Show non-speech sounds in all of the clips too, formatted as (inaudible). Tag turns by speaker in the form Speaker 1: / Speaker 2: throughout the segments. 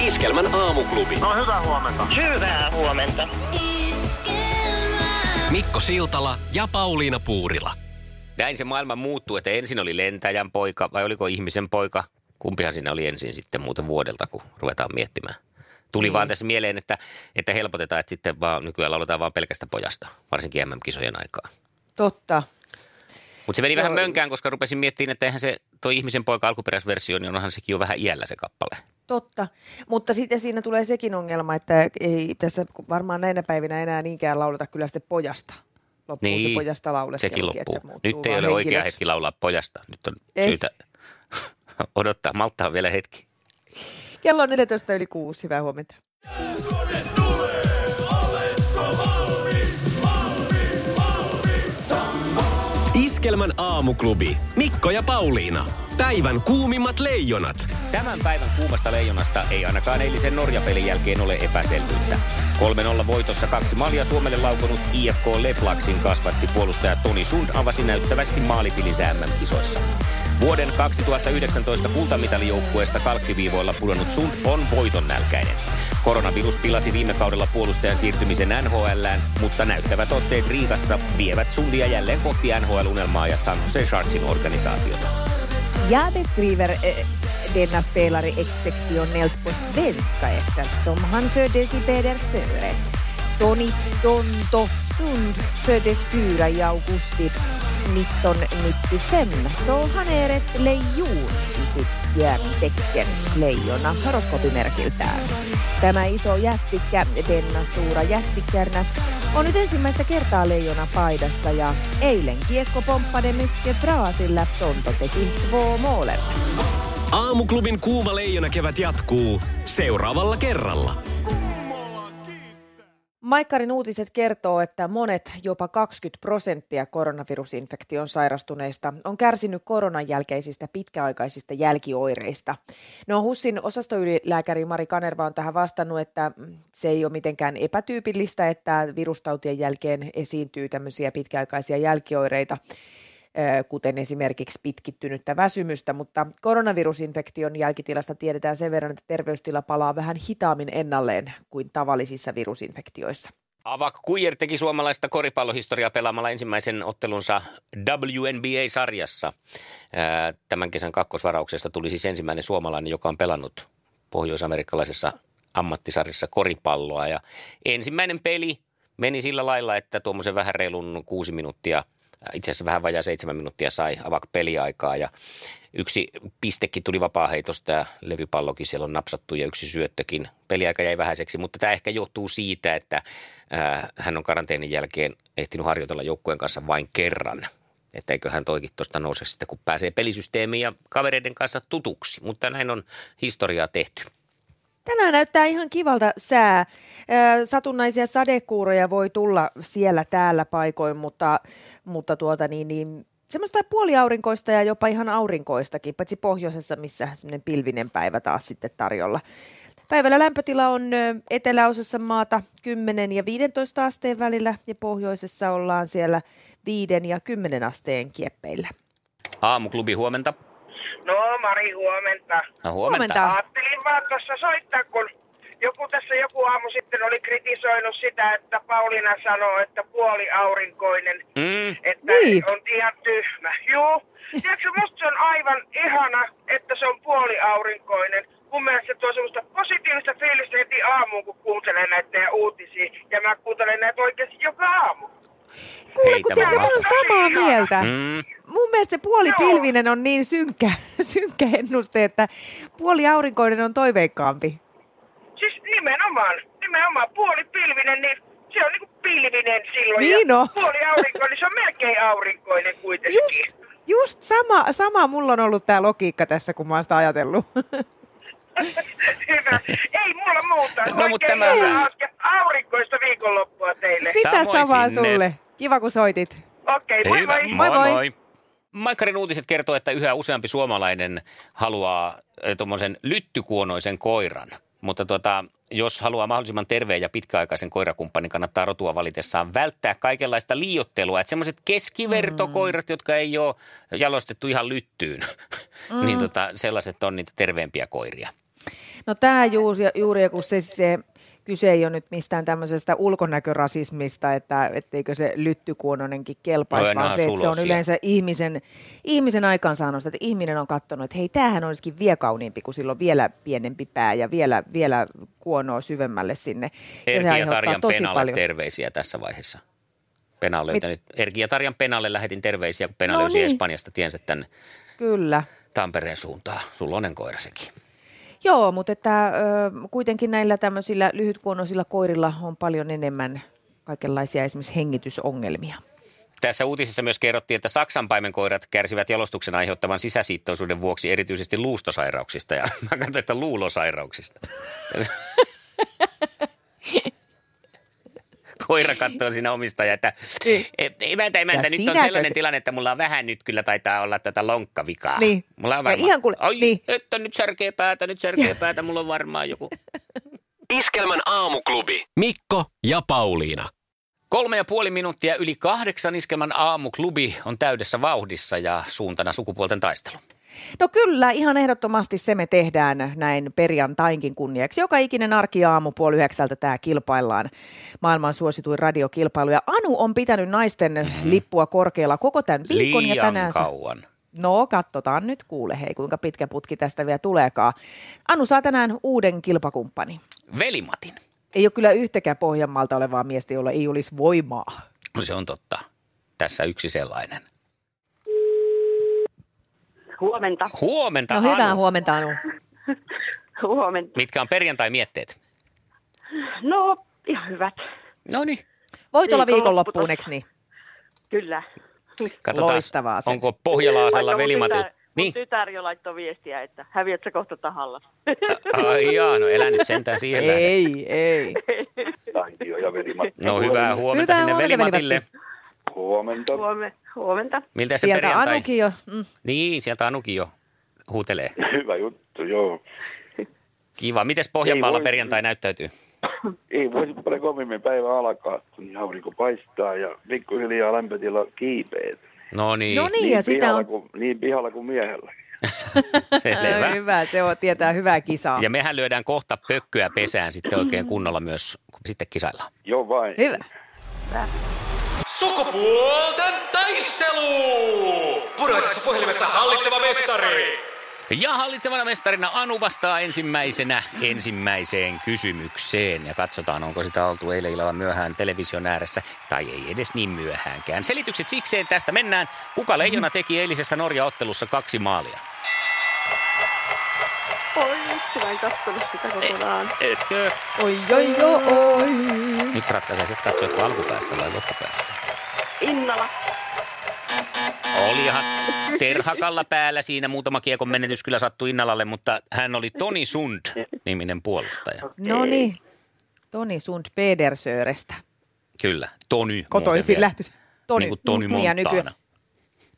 Speaker 1: Iskelmän aamuklubi.
Speaker 2: No hyvää huomenta.
Speaker 3: Hyvää huomenta.
Speaker 1: Mikko Siltala ja Pauliina Puurila.
Speaker 4: Näin se maailma muuttuu, että ensin oli lentäjän poika vai oliko ihmisen poika? Kumpihan siinä oli ensin sitten muuten vuodelta, kun ruvetaan miettimään.
Speaker 5: Niin.
Speaker 4: Tuli vaan tässä mieleen, että, että helpotetaan, että sitten vaan nykyään lauletaan vaan pelkästä pojasta, varsinkin MM-kisojen aikaa.
Speaker 5: Totta.
Speaker 4: Mutta se meni vähän
Speaker 5: Joo.
Speaker 4: mönkään, koska rupesin miettimään, että eihän se toi ihmisen poika alkuperäisversio, niin onhan sekin jo vähän iällä se kappale.
Speaker 5: Totta, mutta sitten siinä tulee sekin ongelma, että ei tässä varmaan näinä päivinä enää niinkään lauleta kyllä sitten pojasta. Loppuu se pojasta lauleskelukin,
Speaker 4: Niin, sekin loppuu.
Speaker 5: Että muuttuu
Speaker 4: Nyt ei
Speaker 5: vaan
Speaker 4: ole oikea
Speaker 5: henkilöksi. Eh.
Speaker 4: hetki laulaa pojasta. Nyt on
Speaker 5: Ei.
Speaker 4: syytä (laughs) odottaa. Malttaa vielä hetki.
Speaker 5: Kello on 14 yli 6, hyvää huomenta.
Speaker 1: Iskelmän aamuklubi. Mikko ja Pauliina. Päivän kuumimmat leijonat.
Speaker 4: Tämän päivän kuumasta leijonasta ei ainakaan eilisen Norja-pelin jälkeen ole epäselvyyttä. 3-0 voitossa kaksi maalia Suomelle laukonut IFK Leflaxin kasvatti puolustaja Toni Sund avasi näyttävästi maalitilinsä MM-kisoissa. Vuoden 2019 kultamitalijoukkueesta kalkkiviivoilla pudonnut Sund on voiton nälkäinen. Koronavirus pilasi viime kaudella puolustajan siirtymisen NHLään, mutta näyttävät otteet Riikassa vievät Sundia jälleen kohti NHL-unelmaa ja San Jose Sharksin organisaatiota.
Speaker 5: Jag beskriver eh, denna spelare expektionellt på svenska eftersom han föddes i Pedersöre. Toni Tonto Sund föddes 4 i augusti 1995, så han är ett lejon i sitt stjärntecken, leijona horoskooppimerkiltään. Tämä iso jässikkä, denna stora jässikärnä, on nyt ensimmäistä kertaa leijona paidassa ja eilen kiekko pomppade mycket bra sillä Tonto teki två målet.
Speaker 1: Aamuklubin kuuma leijona kevät jatkuu seuraavalla kerralla.
Speaker 5: Maikkarin uutiset kertoo, että monet, jopa 20 prosenttia koronavirusinfektion sairastuneista on kärsinyt koronan jälkeisistä pitkäaikaisista jälkioireista. No HUSin osastoylilääkäri Mari Kanerva on tähän vastannut, että mm, se ei ole mitenkään epätyypillistä, että virustautien jälkeen esiintyy tämmöisiä pitkäaikaisia jälkioireita ö, kuten esimerkiksi pitkittynyttä väsymystä, mutta koronavirusinfektion jälkitilasta tiedetään sen verran, että terveystila palaa vähän hitaammin ennalleen kuin tavallisissa virusinfektioissa.
Speaker 4: Avak Kuijer teki suomalaista koripallohistoriaa pelaamalla ensimmäisen ottelunsa WNBA-sarjassa. Ää, Tämän kesän kakkosvarauksesta tuli siis ensimmäinen suomalainen, joka on pelannut pohjois-amerikkalaisessa ammattisarjassa koripalloa. Ja ensimmäinen peli meni sillä lailla, että tuommoisen vähän reilun kuusi minuuttia, ää, itse asiassa vähän vajaa seitsemän minuuttia sai Avak peliaikaa. Ja yksi pistekin tuli vapaaheitosta ja levypallokin siellä on napsattu ja yksi syöttökin. Peliaika jäi vähäiseksi, mutta tämä ehkä johtuu siitä, että ää, hän on karanteenin jälkeen ehtinyt harjoitella joukkueen kanssa vain kerran. Että eiköhän toikin tuosta nouse sitten, kun pääsee pelisysteemiin ja kavereiden kanssa tutuksi. Mutta näin on historiaa tehty.
Speaker 5: Tänään näyttää ihan kivalta sää. Ö, Satunnaisia sadekuuroja voi tulla siellä täällä paikoin, mutta, mutta tuota niin, niin semmoista puoliaurinkoista ja jopa ihan aurinkoistakin, paitsi pohjoisessa, missä semmoinen pilvinen päivä taas sitten tarjolla. Päivällä lämpötila on ö, eteläosassa maata 10 ja 15 asteen välillä ja pohjoisessa ollaan siellä 5 ja 10 asteen kieppeillä.
Speaker 4: Aamuklubi huomenta.
Speaker 2: No Mari, huomenta.
Speaker 4: No,
Speaker 5: Huomenta.
Speaker 2: Ajattelin vaan tuossa soittaa, kun joku tässä joku aamu sitten oli kritisoinut sitä, että Pauliina sanoo, että puoli aurinkoinen,
Speaker 4: Mm,
Speaker 2: että
Speaker 5: Niin.
Speaker 2: on ihan tyhmä. Juu. Tiedätkö, musta se on aivan ihana, että se on puoli aurinkoinen. Mun mielestä se tuo semmoista positiivista fiilistä heti aamuun, kun kuuntelee näitä teidän uutisia. Ja mä kuuntelen näitä oikeasti joka aamu.
Speaker 5: Kuule,
Speaker 4: Hei,
Speaker 5: kun
Speaker 4: tämä
Speaker 5: tiedätkö,
Speaker 4: on
Speaker 5: mä oon
Speaker 2: mahtavaa.
Speaker 5: samaa mieltä.
Speaker 4: mm.
Speaker 5: Mun mielestä se puolipilvinen on niin synkkä, (laughs) synkkä ennuste, että puoli aurinkoinen on toiveikkaampi.
Speaker 2: Siis nimenomaan, nimenomaan puoli pilvinen, niin se on niinku pilvinen silloin.
Speaker 5: Niin
Speaker 2: ja
Speaker 5: on.
Speaker 2: Puoli aurinkoinen, niin se on melkein aurinkoinen kuitenkin.
Speaker 5: Just,
Speaker 4: niin.
Speaker 5: just sama, sama mulla on ollut tämä logiikka tässä, kun mä oon sitä ajatellut.
Speaker 2: Hyvä. Ei mulla muuta.
Speaker 4: No No, mutta
Speaker 2: Oikein
Speaker 4: tämä-
Speaker 2: hyvää hauskaa aurinkoista viikonloppua teille.
Speaker 4: Si-
Speaker 5: Sitä
Speaker 4: Samoin
Speaker 5: samaa
Speaker 4: sinne.
Speaker 5: sulle. Kiva, kun soitit.
Speaker 2: Okei, okay, moi
Speaker 4: Hyvä,
Speaker 2: moi.
Speaker 5: Moi moi.
Speaker 4: Maikkarin uutiset kertoo, että yhä useampi suomalainen haluaa ö, tuommoisen lyttykuonoisen koiran. Mutta tota, jos haluaa mahdollisimman terveen ja pitkäaikaisen koirakumppanin, kannattaa rotua valitessaan välttää kaikenlaista liiottelua. Että semmoiset
Speaker 5: Mm.
Speaker 4: keskivertokoirat, jotka ei ole jalostettu ihan lyttyyn, (laughs)
Speaker 5: Mm.
Speaker 4: niin tota, sellaiset on niitä terveempiä koiria.
Speaker 5: No tämä juuri, juuri kun se, se kyse ei ole nyt mistään tämmöisestä ulkonäkörasismista, että etteikö se lyttykuononenkin kelpaisi,
Speaker 4: Joo,
Speaker 5: vaan
Speaker 4: nämä
Speaker 5: se, että se on
Speaker 4: sulosia.
Speaker 5: yleensä ihmisen, ihmisen aikaansaannosta, että ihminen on katsonut, että hei, tämähän olisikin vielä kauniimpi, kun sillä on vielä pienempi pää ja vielä, vielä kuonoa syvemmälle sinne. ja se
Speaker 4: Erki ja
Speaker 5: aiheuttaa
Speaker 4: Tarjan
Speaker 5: tosi
Speaker 4: Penalle
Speaker 5: paljon.
Speaker 4: terveisiä tässä vaiheessa. Pena on löytänyt. Erki ja Tarjan Penalle lähetin terveisiä, kun Pena
Speaker 5: No
Speaker 4: löysi
Speaker 5: niin.
Speaker 4: Espanjasta tiensä tänne
Speaker 5: Kyllä.
Speaker 4: Tampereen suuntaan. Sulla onen koira sekin.
Speaker 5: Joo, mutta että, ö, kuitenkin näillä tämmöisillä lyhytkuonoisilla koirilla on paljon enemmän kaikenlaisia esimerkiksi hengitysongelmia.
Speaker 4: Tässä uutisissa myös kerrottiin, että Saksan paimenkoirat kärsivät jalostuksen aiheuttavan sisäsiittoisuuden vuoksi erityisesti luustosairauksista ja mä katsoin, että luulosairauksista. (laughs) Koira katsoo siinä omistajaa, että "E, emäntä, emäntä,
Speaker 5: Niin. Ja
Speaker 4: nyt on
Speaker 5: sinäkö
Speaker 4: sellainen
Speaker 5: se-
Speaker 4: tilanne, että mulla on vähän nyt kyllä taitaa olla tätä lonkkavikaa.
Speaker 5: Niin.
Speaker 4: Mulla on
Speaker 5: Ja
Speaker 4: varmaan,
Speaker 5: ihan kuule-
Speaker 4: ai,
Speaker 5: niin.
Speaker 4: että nyt särkee päätä, nyt särkee päätä, mulla on varmaan joku.
Speaker 1: Iskelmän aamuklubi. Mikko ja Pauliina.
Speaker 4: Kolme ja puoli minuuttia yli kahdeksan iskelmän aamuklubi on täydessä vauhdissa ja suuntana sukupuolten taistelu.
Speaker 5: No kyllä, ihan ehdottomasti se me tehdään näin perjantainkin kunniaksi. Joka ikinen arkiaamu puoli yhdeksältä tämä kilpaillaan. Maailman suosituin radiokilpailu. Ja Anu on pitänyt naisten mm-hmm. lippua korkealla koko tämän viikon
Speaker 4: Mhm. Liian
Speaker 5: ja tänään. se-
Speaker 4: kauan.
Speaker 5: No, katsotaan nyt kuule, hei kuinka pitkä putki tästä vielä tuleekaan. Anu saa tänään uuden kilpakumppani.
Speaker 4: Velimatin.
Speaker 5: Ei ole kyllä yhtäkään Pohjanmaalta olevaa miestä, jolla ei olisi voimaa.
Speaker 4: No se on totta. Tässä yksi sellainen.
Speaker 3: Huomenta.
Speaker 4: Huomenta,
Speaker 5: No hyvää
Speaker 4: Anu.
Speaker 5: huomenta Anu.
Speaker 3: Huomenta.
Speaker 4: Mitkä on perjantai-mietteet?
Speaker 3: No, ihan hyvät.
Speaker 4: No niin.
Speaker 5: Voit olla
Speaker 3: Viikonloppu
Speaker 5: viikonloppuun,
Speaker 3: tossa.
Speaker 5: eks niin?
Speaker 3: Kyllä.
Speaker 4: Katsotaan,
Speaker 5: Loistavaa se.
Speaker 4: onko Pohjalaasella
Speaker 3: Vaikka mun
Speaker 4: velimatin.
Speaker 3: tytär,
Speaker 4: Niin.
Speaker 3: niin. tytär jo laittoi viestiä, että häviät sä kohta tahalla.
Speaker 4: Ai jaa, no elä nyt sentään siihen lähde.
Speaker 5: Ei, ei.
Speaker 6: Tankio ja velimatti.
Speaker 4: No hyvää huomenta
Speaker 5: Hyvää
Speaker 4: sinne
Speaker 5: huomenta,
Speaker 4: velimatille.
Speaker 5: Velimatti.
Speaker 6: Huomenta.
Speaker 3: Huome, huomenta.
Speaker 4: Miltä se
Speaker 5: Sieltä
Speaker 4: perjantai?
Speaker 5: Anukin jo. Mm.
Speaker 4: Niin, sieltä Anukin jo huutelee.
Speaker 6: Hyvä juttu, joo.
Speaker 4: Kiva. Mites Pohjanmaalla
Speaker 6: Ei voi-
Speaker 4: perjantai näyttäytyy?
Speaker 6: Ei voisi paljon kovimmin päivä alkaa, kun aurinko paistaa ja pikkuhiljaa lämpötila kiipeet.
Speaker 4: No niin,
Speaker 5: No niin, ja sitä
Speaker 6: pihalla
Speaker 5: on
Speaker 6: kuin, niin pihalla kuin miehellä.
Speaker 5: Ai,
Speaker 4: selvä.
Speaker 5: hyvä, se on, tietää hyvää kisaa.
Speaker 4: Ja mehän lyödään kohta pökköä pesään sitten oikein kunnolla myös, kun sitten kisaillaan.
Speaker 6: Joo vain.
Speaker 5: Hyvä.
Speaker 7: Sukupuolten taistelu! Puraisessa puhelimessa hallitseva mestari!
Speaker 4: Ja hallitsevana mestarina Anu vastaa ensimmäisenä ensimmäiseen kysymykseen. Ja katsotaan, onko sitä oltu eilen illalla myöhään television ääressä, tai ei edes niin myöhäänkään. Selitykset sikseen tästä mennään. Kuka leijona teki eilisessä Norja-ottelussa kaksi maalia?
Speaker 3: Oi, vitsi, mä en kattonut sitä kokonaan.
Speaker 4: Etkö?
Speaker 5: Oi, oi, oi, oi.
Speaker 4: Nyt ratkaisee, katsoitko alkupäästä vai loppupäästä.
Speaker 3: Innala.
Speaker 4: Olihan terhakalla päällä siinä muutama kiekon menetys kyllä sattui Innalalle, mutta hän oli Toni Sund niminen puolustaja.
Speaker 5: No niin. Toni Sund Pedersöörestä.
Speaker 4: Kyllä, Toni.
Speaker 5: Kotoisin lähty.
Speaker 4: Toni, niin kuin Toni
Speaker 5: Ja nyky-
Speaker 4: Montana.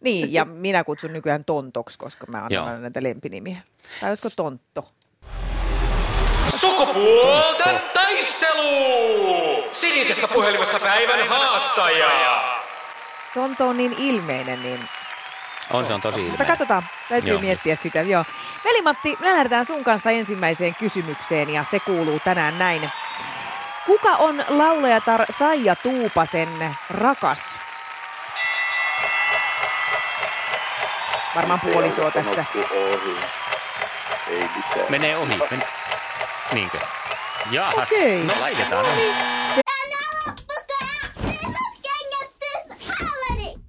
Speaker 5: Niin, ja minä kutsun nykyään Tontoksi, koska mä
Speaker 4: Joo.
Speaker 5: annan aina näitä lempinimiä. Tai olisiko Tontto?
Speaker 7: Sukupuolten taistelu! Sinisessä puhelimessa päivän haastaja!
Speaker 5: Tontto on niin ilmeinen, niin...
Speaker 4: On se on tosi
Speaker 5: Mutta
Speaker 4: ilmeä.
Speaker 5: katsotaan, täytyy
Speaker 4: Joo.
Speaker 5: joo. miettiä sitä, joo. Veli-Matti, me lähdetään sun kanssa ensimmäiseen kysymykseen, ja se kuuluu tänään näin. Kuka on laulajatar Saija Tuupasen rakas? Varmaan puolisoa tässä.
Speaker 6: Sanottu Ohi. Ei mitään.
Speaker 4: Menee ohi. Men... Niinkö? Jaahas.
Speaker 5: Okei.
Speaker 4: No laitetaan.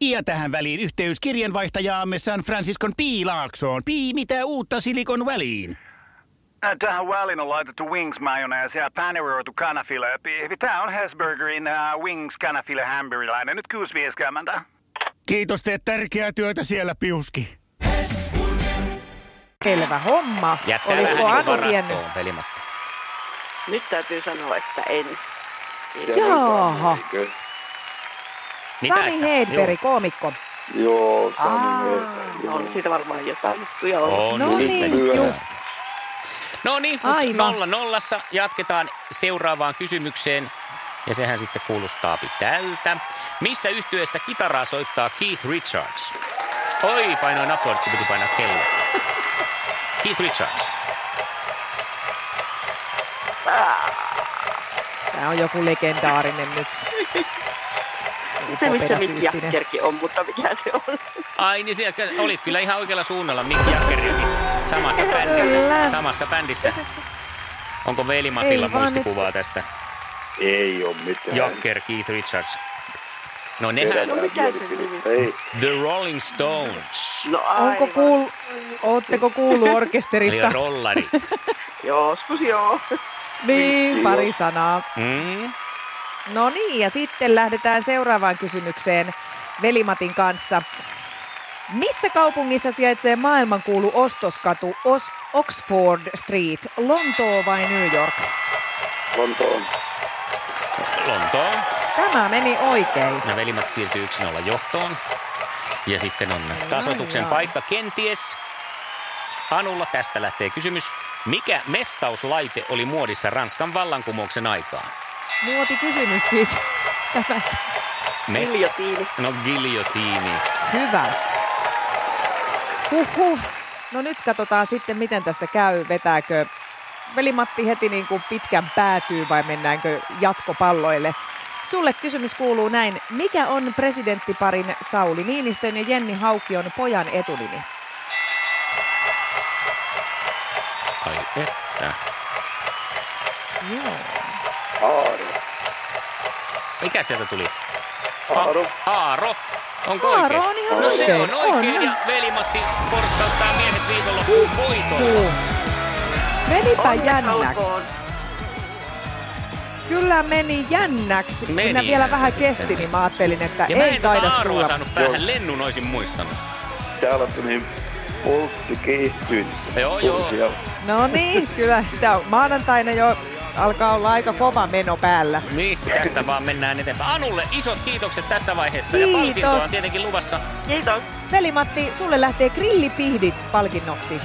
Speaker 8: Ja tähän väliin yhteys kirjanvaihtajaamme San Franciscon P. Laaksoon. Pii, mitä uutta Silikon väliin?
Speaker 9: Äh, Tähän väliin on laitettu wings mayonnaise ja paneroitu kanafila. Tämä on Hesburgerin uh, wings kanafila hamburilainen. Nyt 6.50.
Speaker 8: Kiitos, teet tärkeää työtä siellä, Piuski.
Speaker 5: Selvä homma.
Speaker 4: Jättää vähän
Speaker 5: Olisiko
Speaker 4: niin
Speaker 5: Anu
Speaker 4: kuin
Speaker 5: tiennyt?
Speaker 4: varastoon pelimatta.
Speaker 3: Nyt täytyy sanoa, että en.
Speaker 5: Jaaha.
Speaker 6: Eikö?
Speaker 5: Sami Heidberg, koomikko.
Speaker 6: Joo, niin
Speaker 5: Aa, niin.
Speaker 6: Sami
Speaker 3: No, On
Speaker 6: Heidberg.
Speaker 3: siitä varmaan jotain juttuja ollut.
Speaker 4: On
Speaker 5: No
Speaker 4: sitten.
Speaker 5: niin,
Speaker 6: Kyllä.
Speaker 5: just.
Speaker 4: No niin,
Speaker 5: Aivan.
Speaker 4: mutta nolla nollassa jatketaan seuraavaan kysymykseen. Ja sehän sitten kuulostaa tältä. Missä yhtyessä kitaraa soittaa Keith Richards? Oi, painoin nappia, nyt piti painaa
Speaker 5: (laughs)
Speaker 4: kello. Keith Richards.
Speaker 5: Tämä on joku legendaarinen nyt.
Speaker 3: Se, missä Mick
Speaker 5: Popeda-tyyppinen.
Speaker 3: Jaggerkin on, mutta mikä se on.
Speaker 4: Ai niin, siellä olit kyllä ihan oikealla suunnalla Mick Jaggerikin. Samassa
Speaker 5: Kyllä.
Speaker 4: bändissä. Samassa bändissä. Onko Veli Matilla
Speaker 5: Ei vaan
Speaker 4: muistikuvaa tästä?
Speaker 6: Ei ole mitään.
Speaker 4: Jagger, Keith Richards. No nehän
Speaker 3: No mikä se nimi?
Speaker 6: Ei,
Speaker 4: The Rolling Stones.
Speaker 3: No
Speaker 5: Onko
Speaker 3: aivan.
Speaker 5: kuul... Ootteko kuullut
Speaker 4: Eli Niin,
Speaker 5: orkesterista? (laughs)
Speaker 4: rollarit.
Speaker 3: Joskus joo.
Speaker 5: Niin, pari sanaa.
Speaker 4: Mm.
Speaker 5: No niin, ja sitten lähdetään seuraavaan kysymykseen Velimatin kanssa. Missä kaupungissa sijaitsee maailmankuulu ostoskatu Os- Oxford Street, Lontoo vai New York?
Speaker 6: Lontoon.
Speaker 4: Lontoon.
Speaker 5: Tämä meni oikein.
Speaker 4: Ja velimat siirtyy 1-0 johtoon. Ja sitten on tasotuksen
Speaker 5: jaa.
Speaker 4: paikka kenties. Anulla tästä lähtee kysymys. Mikä mestauslaite oli muodissa Ranskan vallankumouksen aikaan?
Speaker 5: Muoti kysymys siis. Tämä.
Speaker 4: Mest-
Speaker 3: Miljotiini.
Speaker 4: No giljotiini.
Speaker 5: Hyvä. Huhhuh. No nyt katsotaan sitten, miten tässä käy. Vetääkö Veli-Matti heti niin kuin pitkän päätyy vai mennäänkö jatkopalloille? Sulle kysymys kuuluu näin. Mikä on presidenttiparin Sauli Niinistön ja Jenni Haukion pojan etunimi?
Speaker 4: Ai että.
Speaker 5: Joo.
Speaker 6: Aaro.
Speaker 4: Mikä sieltä tuli? Ah.
Speaker 6: Aaro.
Speaker 4: A- Aaro. Onko
Speaker 5: Aaro
Speaker 4: oikein?
Speaker 5: on ihan
Speaker 4: no se on
Speaker 5: oikein.
Speaker 4: oikein.
Speaker 5: On.
Speaker 4: Ja velimatti porskauttaa miehet viikonloppuun voitolla.
Speaker 5: Huu. Menipä
Speaker 3: Onneksi
Speaker 5: jännäksi.
Speaker 3: olkoon.
Speaker 5: Kyllä meni jännäksi.
Speaker 4: Meni
Speaker 5: Meni vielä
Speaker 4: se
Speaker 5: vähän
Speaker 4: sitten.
Speaker 5: kesti, niin mä ajattelin, että
Speaker 4: Ja mä
Speaker 5: ei
Speaker 4: en tätä
Speaker 5: taida
Speaker 4: Aaroa
Speaker 5: tulla.
Speaker 4: saanut päähän. Lennun olisin muistanut.
Speaker 6: Täällä tuli pulssi kiihtynyt.
Speaker 4: Joo, joo.
Speaker 6: Pulssia.
Speaker 5: No niin, kyllä sitä on. maanantaina jo alkaa olla aika kova meno päällä.
Speaker 4: Niin, tästä vaan mennään eteenpäin. Anulle isot kiitokset tässä vaiheessa ja
Speaker 5: Kiitos.
Speaker 4: palkintoa on tietenkin luvassa.
Speaker 3: Kiitos.
Speaker 5: Veli-Matti, sulle lähtee grillipihdit palkinnoksi.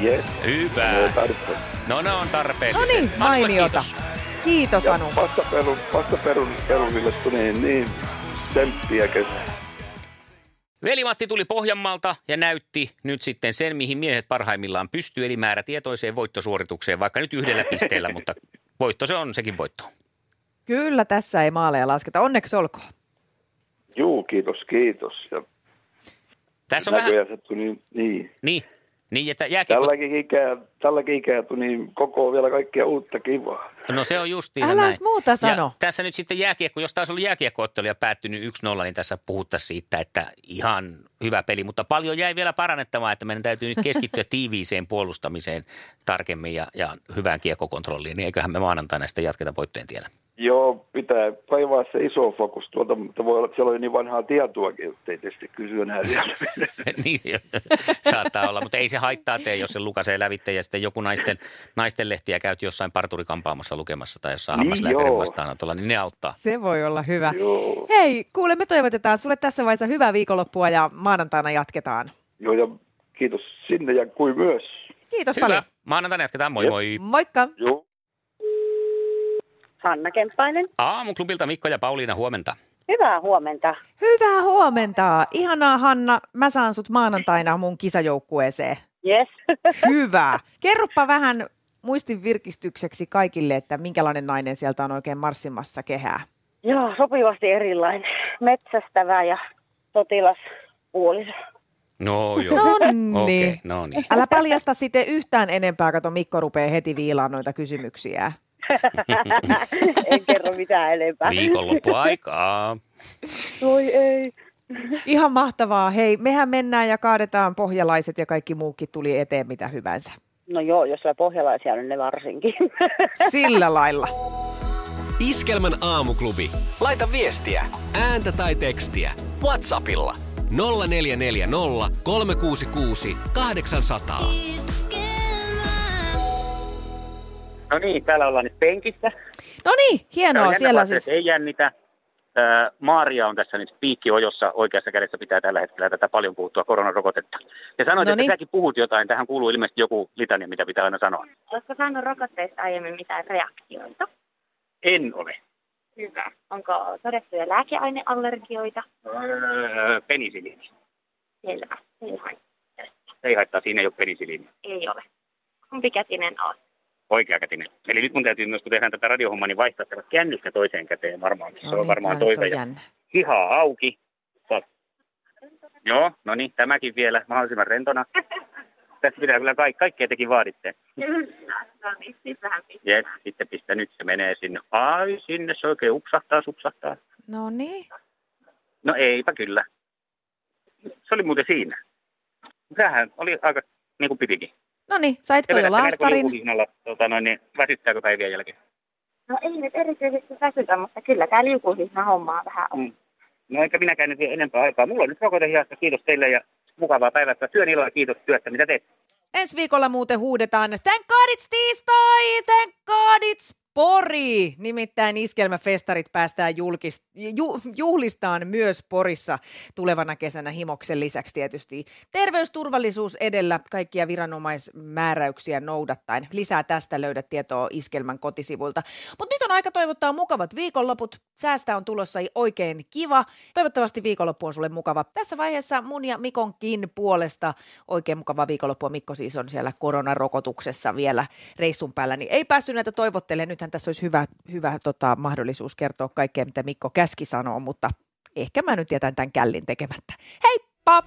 Speaker 6: Jes,
Speaker 4: Hyvä.
Speaker 6: ne on tarpeen.
Speaker 4: No ne on
Speaker 5: No
Speaker 4: tarpeelliset.
Speaker 5: niin,
Speaker 4: Anulle
Speaker 5: mainiota.
Speaker 4: kiitos.
Speaker 5: Kiitos
Speaker 6: Ja
Speaker 5: Anu.
Speaker 6: vastaperun, vastaperun perunille tuli niin tsemppiä kesä.
Speaker 4: Veli-Matti tuli Pohjanmaalta ja näytti nyt sitten sen, mihin miehet parhaimmillaan pystyy, eli määrätietoiseen voittosuoritukseen, vaikka nyt yhdellä pisteellä, mutta voitto se on, sekin voitto.
Speaker 5: Kyllä tässä ei maaleja lasketa, onneksi olkoon.
Speaker 6: Juu, kiitos, kiitos. Ja
Speaker 4: Tässä on vähän,
Speaker 6: näköjään se tuli niin.
Speaker 4: niin, niin että jääkiekko,
Speaker 6: Tälläkin ikää, tälläkin ikää tuli koko vielä kaikkea uutta kivaa.
Speaker 4: no se on justiinsa
Speaker 5: Äläs
Speaker 4: näin.
Speaker 5: muuta sano.
Speaker 4: Ja tässä nyt sitten jääkiekko, jos taas ollut jääkiekkootteluja päättynyt 1-0, niin tässä puhuttaisiin siitä, että ihan hyvä peli. Mutta paljon jäi vielä parannettavaa, että meidän täytyy nyt
Speaker 5: (laughs)
Speaker 4: keskittyä tiiviiseen puolustamiseen tarkemmin ja, ja hyvään kiekkokontrolliin. Niin eiköhän me maanantaina sitten jatketa voittojen tiellä. (laughs)
Speaker 6: Joo, pitää kaivaa se iso fokus tuolta, mutta voi olla, että siellä on jo niin vanhaa tietoakin, ettei tietysti
Speaker 4: (laughs)
Speaker 6: kysyä enää vielä.
Speaker 4: niin, saattaa olla, mutta ei se haittaa tee, jos se lukasee lävitte ja sitten joku naisten, naisten lehtiä käyt jossain parturikampaamassa lukemassa tai jossain
Speaker 6: Niin,
Speaker 4: hammaslääkärin
Speaker 6: joo.
Speaker 4: vastaanotolla, niin ne auttaa.
Speaker 5: Se voi olla hyvä.
Speaker 6: Joo.
Speaker 5: Hei, kuule, me toivotetaan sulle tässä vaiheessa hyvää viikonloppua ja maanantaina jatketaan.
Speaker 6: Joo, ja kiitos sinne ja kui myös.
Speaker 5: Kiitos
Speaker 4: Hyvä.
Speaker 5: paljon.
Speaker 4: Maanantaina jatketaan. Moi
Speaker 6: Jep.
Speaker 4: moi.
Speaker 5: Moikka.
Speaker 6: Joo.
Speaker 10: Hanna Kemppainen.
Speaker 4: Aamuklubilta Mikko ja Pauliina huomenta.
Speaker 10: Hyvää huomenta.
Speaker 5: Hyvää huomenta. Ihanaa Hanna, mä saan sut maanantaina mun kisajoukkueeseen.
Speaker 3: (laughs)
Speaker 10: Yes.
Speaker 5: Hyvä. Kerropa vähän muistin virkistykseksi kaikille, että minkälainen nainen sieltä on oikein marssimassa kehää.
Speaker 10: Joo, sopivasti erilainen. Metsästävä ja sotilaspuoliso.
Speaker 4: No joo.
Speaker 5: No
Speaker 4: Okei,
Speaker 5: niin.
Speaker 4: okay, no niin.
Speaker 5: Älä paljasta sitten yhtään enempää, kato Mikko rupeaa heti viilaan noita kysymyksiä.
Speaker 3: en kerro mitään enempää.
Speaker 11: Viikonloppuaikaa.
Speaker 3: Voi ei.
Speaker 5: Ihan mahtavaa. Hei, mehän mennään ja kaadetaan pohjalaiset ja kaikki muukin tuli eteen mitä hyvänsä.
Speaker 3: No joo, jos on pohjalaisia, niin ne varsinkin. (laughs)
Speaker 5: Sillä lailla.
Speaker 1: Iskelmän aamuklubi.
Speaker 12: Laita viestiä
Speaker 1: Ääntä tai tekstiä.
Speaker 12: Whatsappilla.
Speaker 1: 0440 366 800.
Speaker 4: No niin, täällä ollaan nyt penkissä.
Speaker 5: No niin, hienoa. Siellä
Speaker 4: jännä,
Speaker 5: siis
Speaker 4: Ei jännitä. Öö, Maaria on tässä nyt piikkiojossa oikeassa kädessä pitää tällä hetkellä tätä paljon puhuttua koronarokotetta. Ja sanoit,
Speaker 5: Noniin.
Speaker 4: että säkin puhut jotain. Tähän kuuluu ilmeisesti joku litania, mitä pitää aina sanoa.
Speaker 2: Oletko saanut rokotteesta aiemmin mitään reaktioita?
Speaker 4: En ole.
Speaker 2: Hyvä. Onko todettuja lääkeaineallergioita?
Speaker 4: Öö, penisiliini.
Speaker 2: Selvä. Ei vai-
Speaker 4: Ei haittaa, siinä ei ole penisiliini.
Speaker 2: Ei ole. Kumpi kätinen on?
Speaker 4: Oikeakätinen. Eli nyt mun täytyy myös, kun tehdään tätä radiohommaa, niin vaihtaa tämä kännykkä toiseen käteen varmaan. Se
Speaker 5: No niin,
Speaker 4: on varmaan toive. Ja hihaa auki. Saat. Joo, no niin, tämäkin vielä mahdollisimman rentona. Tässä pitää kyllä kaikki, kaikkea tekin vaaditte.
Speaker 2: No niin, sitähän
Speaker 4: Jes, sitten pistä nyt se menee sinne. Ai, sinne se oikein upsahtaa, supsahtaa.
Speaker 5: No niin.
Speaker 4: No eipä kyllä. Se oli muuten siinä. Tämähän oli aika niin kuin pitikin.
Speaker 5: No niin, saitko jo
Speaker 4: Vedättekö
Speaker 5: laastarin?
Speaker 4: liukuhihnalla, Tota, noin, niin väsyttääkö päivien jälkeen?
Speaker 2: No ei nyt erityisesti väsytä, mutta kyllä tämä liukuhihna hommaa vähän on.
Speaker 4: Mm. No eikä minäkään nyt vie enempää aikaa. Mulla on nyt rokotehihasta. Kiitos teille ja mukavaa päivää. Työn iloa ja kiitos työstä, mitä teet.
Speaker 5: Ensi viikolla muuten huudetaan, thank god it's tiistai, thank god it's Pori! Nimittäin iskelmäfestarit päästään julkis, ju, juhlistaan myös Porissa tulevana kesänä himoksen lisäksi tietysti. Terveysturvallisuus edellä kaikkia viranomaismääräyksiä noudattaen. Lisää tästä löydät tietoa Iskelmän kotisivuilta. Mutta nyt on aika toivottaa mukavat viikonloput. Säästä on tulossa oikein kiva. Toivottavasti viikonloppu on sulle mukava. Tässä vaiheessa mun ja Mikonkin puolesta oikein mukava viikonloppu. Mikko siis on siellä koronarokotuksessa vielä reissun päällä, niin ei päässyt näitä toivottelemaan. Nythän tässä olisi hyvä, hyvä tota, mahdollisuus kertoa kaikkea, mitä Mikko käski sanoo, mutta ehkä mä nyt jätän tämän källin tekemättä. Heippa!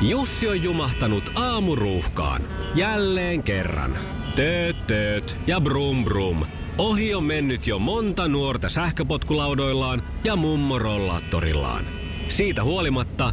Speaker 1: Jussi on jumahtanut aamuruuhkaan. Jälleen kerran. Tööt, tööt ja brum brum. Ohi on mennyt jo monta nuorta sähköpotkulaudoillaan ja mummorollaattorillaan. Siitä huolimatta